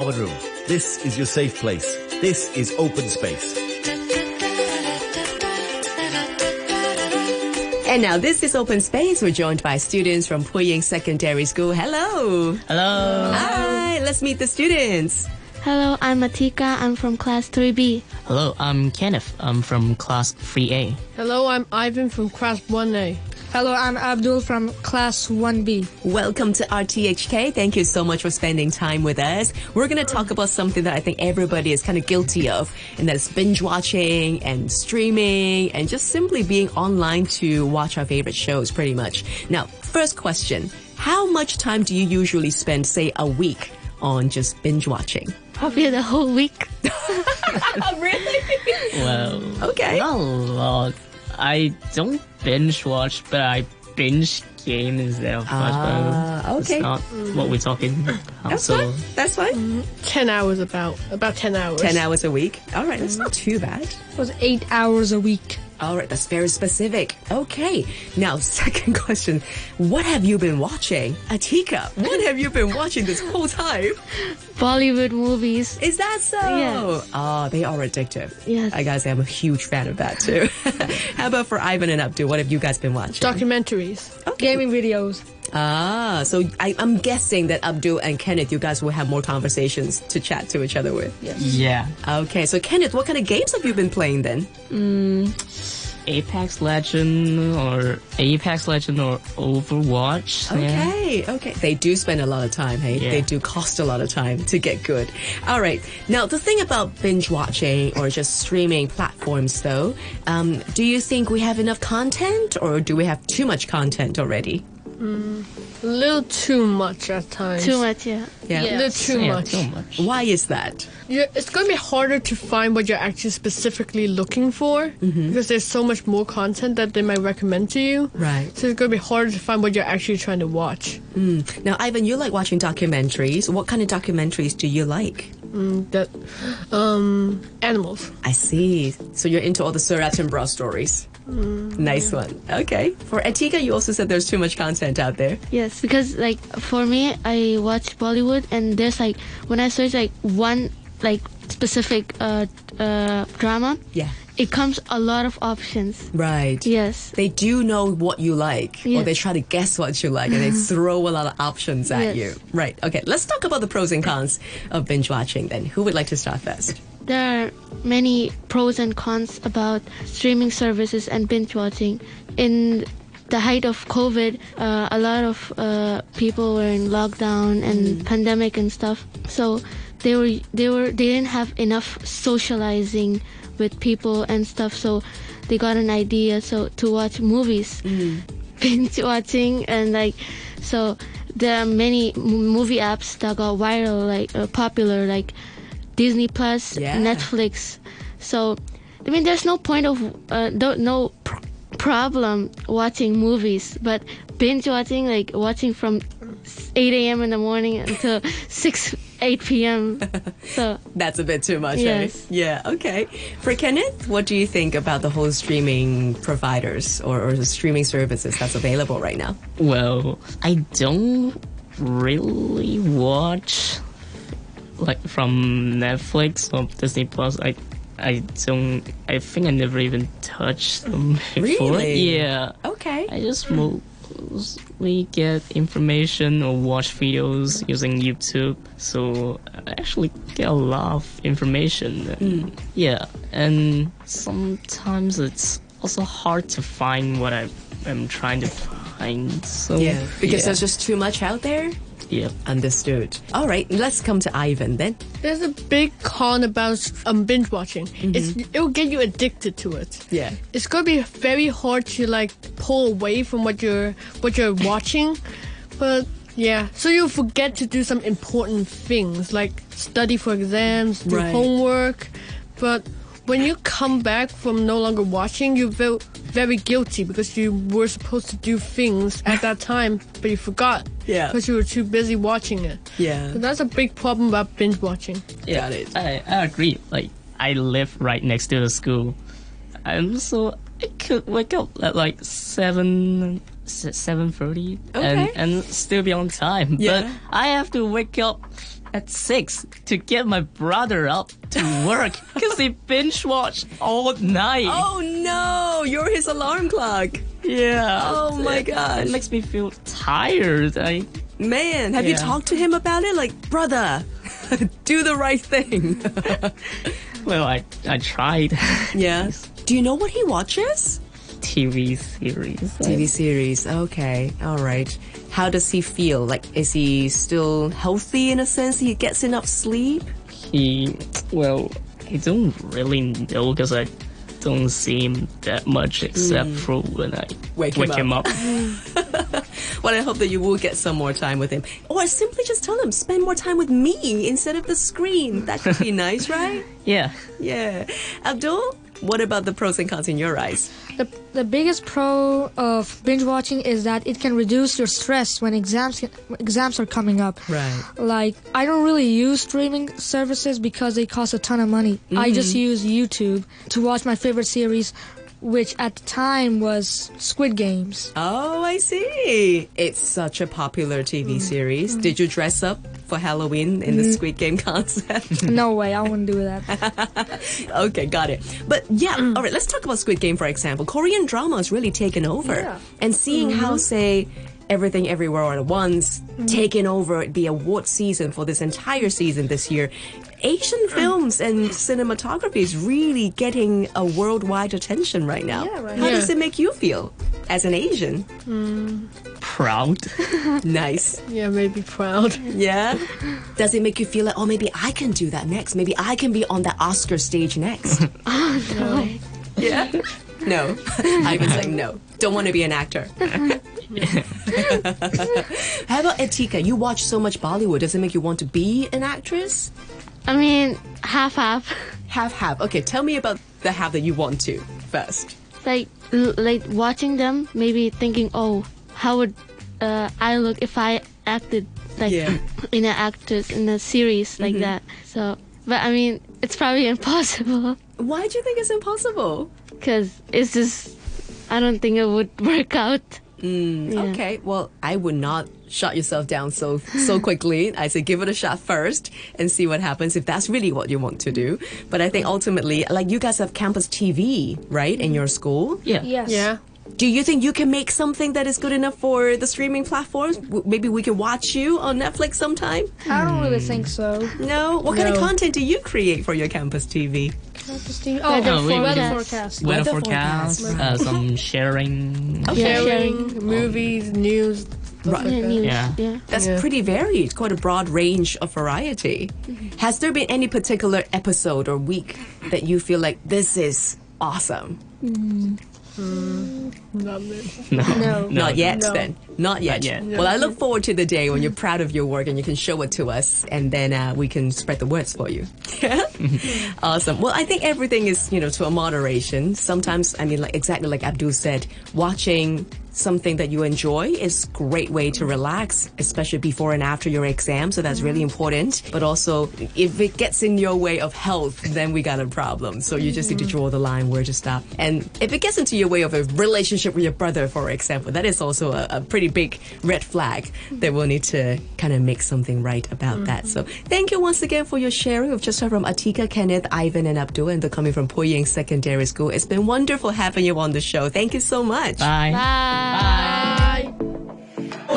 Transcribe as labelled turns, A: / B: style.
A: common room. This is your safe place. This is open space.
B: And now this is Open Space. We're joined by students from Puying Secondary School. Hello.
C: Hello.
B: Hi. Let's meet the students.
D: Hello, I'm Matika. I'm from class 3B.
C: Hello, I'm Kenneth. I'm from class 3A.
E: Hello, I'm Ivan from class 1A.
F: Hello, I'm Abdul from class 1B.
B: Welcome to RTHK. Thank you so much for spending time with us. We're going to talk about something that I think everybody is kind of guilty of, and that's binge watching and streaming and just simply being online to watch our favorite shows pretty much. Now, first question. How much time do you usually spend, say, a week on just binge watching?
D: Probably the whole week.
B: really?
C: Well,
B: Okay.
C: not a lot. I don't binge watch, but I binge game instead of watch.
B: Ah,
C: but
B: okay.
C: It's not what we're talking about.
B: That's
C: so,
B: fine. That's fine.
E: 10 hours about. About 10 hours.
B: 10 hours a week. All right, that's not too bad.
F: It was eight hours a week.
B: All right, that's very specific. Okay, now, second question. What have you been watching? Atika, what have you been watching this whole time?
D: Bollywood movies.
B: Is that so?
D: Yes.
B: Oh, they are addictive.
D: Yes.
B: I gotta say, I'm a huge fan of that too. How about for Ivan and Abdul? What have you guys been watching?
E: Documentaries.
F: Gaming videos.
B: ah, so I, I'm guessing that Abdul and Kenneth, you guys will have more conversations to chat to each other with.
C: yeah.
B: Okay, so Kenneth, what kind of games have you been playing then?
C: Apex Legend or Apex Legend or Overwatch. Yeah.
B: Okay, okay. They do spend a lot of time, hey?
C: Yeah.
B: They do cost a lot of time to get good. All right. Now, the thing about binge watching or just streaming platforms, though, um, do you think we have enough content or do we have too much content already?
E: A little too much at times.
D: Too much, yeah.
B: Yeah.
E: A little too
C: Yeah,
E: much.
C: too much.
B: Why is that?
E: you it's going to be harder to find what you're actually specifically looking for because there's so much more content that they might recommend to you.
B: Right.
E: So it's going to be harder to find what you're actually trying to watch.
B: Now, Ivan, you like watching documentaries. What kind of documentaries do you like?
E: That, um, animals.
B: I see. So you're into all the Sir Attenborough stories. Nice one. Okay. For Atika, you also said there's too much content out there.
D: Yes, because like for me, I watch Bollywood, and there's like when I search like one like specific uh, uh, drama,
B: Yeah.
D: it comes a lot of options.
B: Right.
D: Yes,
B: they do know what you like, or
D: Yes.
B: they try to guess what you like, and they throw a lot of options at
D: Yes.
B: you. Right. Okay. Let's talk about the pros and cons of binge watching. Then, who would like to start first?
D: there are many pros and cons about streaming services and binge watching. In the height of COVID, uh, a lot of uh, people were in lockdown and pandemic and stuff, so they were they were they didn't have enough socializing with people and stuff, so they got an idea so to watch movies, binge watching and like so. There are many m- movie apps that got viral, like uh, popular, like Disney Plus,
B: Yeah.
D: Netflix. So, I mean, there's no point of uh, don't no pr- problem watching movies, but binge watching, like watching from 8 a.m. in the morning until 6 8 p.m. So
B: That's a bit too much.
D: Yes.
B: Eh? Yeah. Okay. For Kenneth, what do you think about the whole streaming providers or, or the streaming services that's available right now?
C: Well, I don't really watch like from Netflix or Disney Plus. I I don't. I think I never even touched them before.
B: Really?
C: Yeah.
B: Okay.
C: I just mostly get information or watch videos using YouTube, so I actually get a lot of information.
B: Mm.
C: Yeah, and sometimes it's also hard to find what I am trying to find. So
B: yeah. Because
C: yeah.
B: there's just too much out there.
C: yeah.
B: Understood. All right. Let's come to Ivan then.
E: There's a big con about um, binge watching. It's, it'll get you addicted to it.
B: Yeah.
E: it's gonna be very hard to like pull away from what you're what you're watching but yeah so you'll forget to do some important things like study for exams do
B: Right.
E: homework but when you come back from no longer watching you feel very guilty because you were supposed to do things at that time but you forgot
B: Yeah.
E: because you were too busy watching it
B: Yeah.
E: so that's a big problem about binge watching
C: Yeah,
B: Got it.
C: I, I agree. Like, I live right next to the school. And so I could wake up at like 7 7:30
B: Okay.
C: and and still be on time.
B: Yeah.
C: But I have to wake up at 6 to get my brother up to work because he binge watched all night.
B: Oh no, you're his alarm clock.
C: yeah.
B: Oh my
C: It-
B: gosh.
C: It makes me feel tired. I,
B: Man, have you
C: Yeah.
B: talked to him about it? Like, brother, do the right thing.
C: well, I, I tried
B: yeah. Do you know what he watches?
C: TV series.
B: TV series. Okay. All right. How does he feel? Like, is he still healthy in a sense? He gets enough sleep?
C: he well i don't really know because i don't see him that much except for when i
B: Wake him
C: up,
B: Well, I hope that you will get some more time with him. Or simply just tell him, spend more time with me instead of the screen. That could be nice, right?
C: yeah
B: Yeah. Abdul, what about the pros and cons in your eyes?
F: The, the biggest pro of binge watching is that it can reduce your stress when exams exams are coming up.
B: Right.
F: Like I don't really use streaming services because they cost a ton of money. I just
C: Mm-hmm.
F: use YouTube to watch my favorite series, which at the time was Squid Games.
B: Oh, I see. It's such a popular TV
F: Mm-hmm.
B: series. Did you dress up for Halloween in the Squid Game concept?
C: Mm-hmm.
F: no way, I wouldn't do that.
B: okay, got it. But yeah,
F: Mm.
B: all right, let's talk about Squid Game, for example. Korean drama has really taken over. And seeing how,
F: Mm-hmm.
B: say, Everything Everywhere All at Once taken over, it'd be award season for this entire season this year. Asian
F: Mm.
B: films and cinematography is really getting a worldwide attention right now.
F: Yeah, right.
B: How
E: Yeah.
B: does it make you feel as an Asian?
C: proud
B: Nice.
E: Yeah, maybe proud.
B: Yeah. Does it make you feel like, oh, maybe I can do that next? Maybe I can be on that Oscar stage next? yeah. No. Ivan's like, no. Don't want to be an actor. How about Etika? You watch so much Bollywood. Does it make you want to be an actress?
D: I mean, half half.
B: Have, have. Okay, tell me about the have that you want to first.
D: like l- like watching them, maybe thinking, oh, how would uh, I look if I acted like
B: Yeah.
D: in an actress in a series like that? So, but I mean, it's probably impossible
B: Why do you think it's impossible?
D: because it's just I don't think it would work out. Yeah.
B: Okay, well, I would not shut yourself down so so quickly. I say give it a shot first and see what happens if that's really what you want to do. But I think ultimately, like you guys have campus TV, right, in your school.
C: yeah
F: Yes.
E: Yeah.
B: Do you think you can make something that is good enough for the streaming platforms? W- Maybe we can watch you on Netflix sometime?
F: I don't really
C: Mm.
F: think so.
B: No. What kind of
E: No.
B: content do you create for your campus TV?
F: Oh,
D: Weather
C: we-
D: forecast.
F: weather forecast.
C: weather
B: Weather
C: forecast uh, some sharing
B: Okay.
E: Sharing movies, news. stuff
D: Yeah,
E: like that.
D: news.
C: Yeah.
D: yeah.
B: That's
E: Yeah.
B: pretty varied, quite a broad range of variety. Has there been any particular episode or week that you feel like this is awesome?
E: Not really.
C: no
F: No.
B: Not yet,
E: No.
B: then. Not yet.
C: Not yet.
B: Well, I look forward to the day when you're proud of your work and you can show it to us, and then uh, we can spread the words for you. awesome. Well, I think everything is, you know, to a moderation. Sometimes, I mean, like exactly like Abdul said, watching something that you enjoy is a great way to relax, especially before and after your exam. So that's really important. But also, if it gets in your way of health, then we got a problem. So you just need to draw the line where to stop. And if it gets into your way of a relationship with your brother, for example, that is also a, a pretty big red flag that we'll need to kind of make something right about that. So thank you once again for your sharing. We've just heard from Atika, Kenneth, Ivan, and Abdul, and they're coming from Poyang Secondary School. It's been wonderful having you on the show. Thank you so much.
C: bye
D: Bye.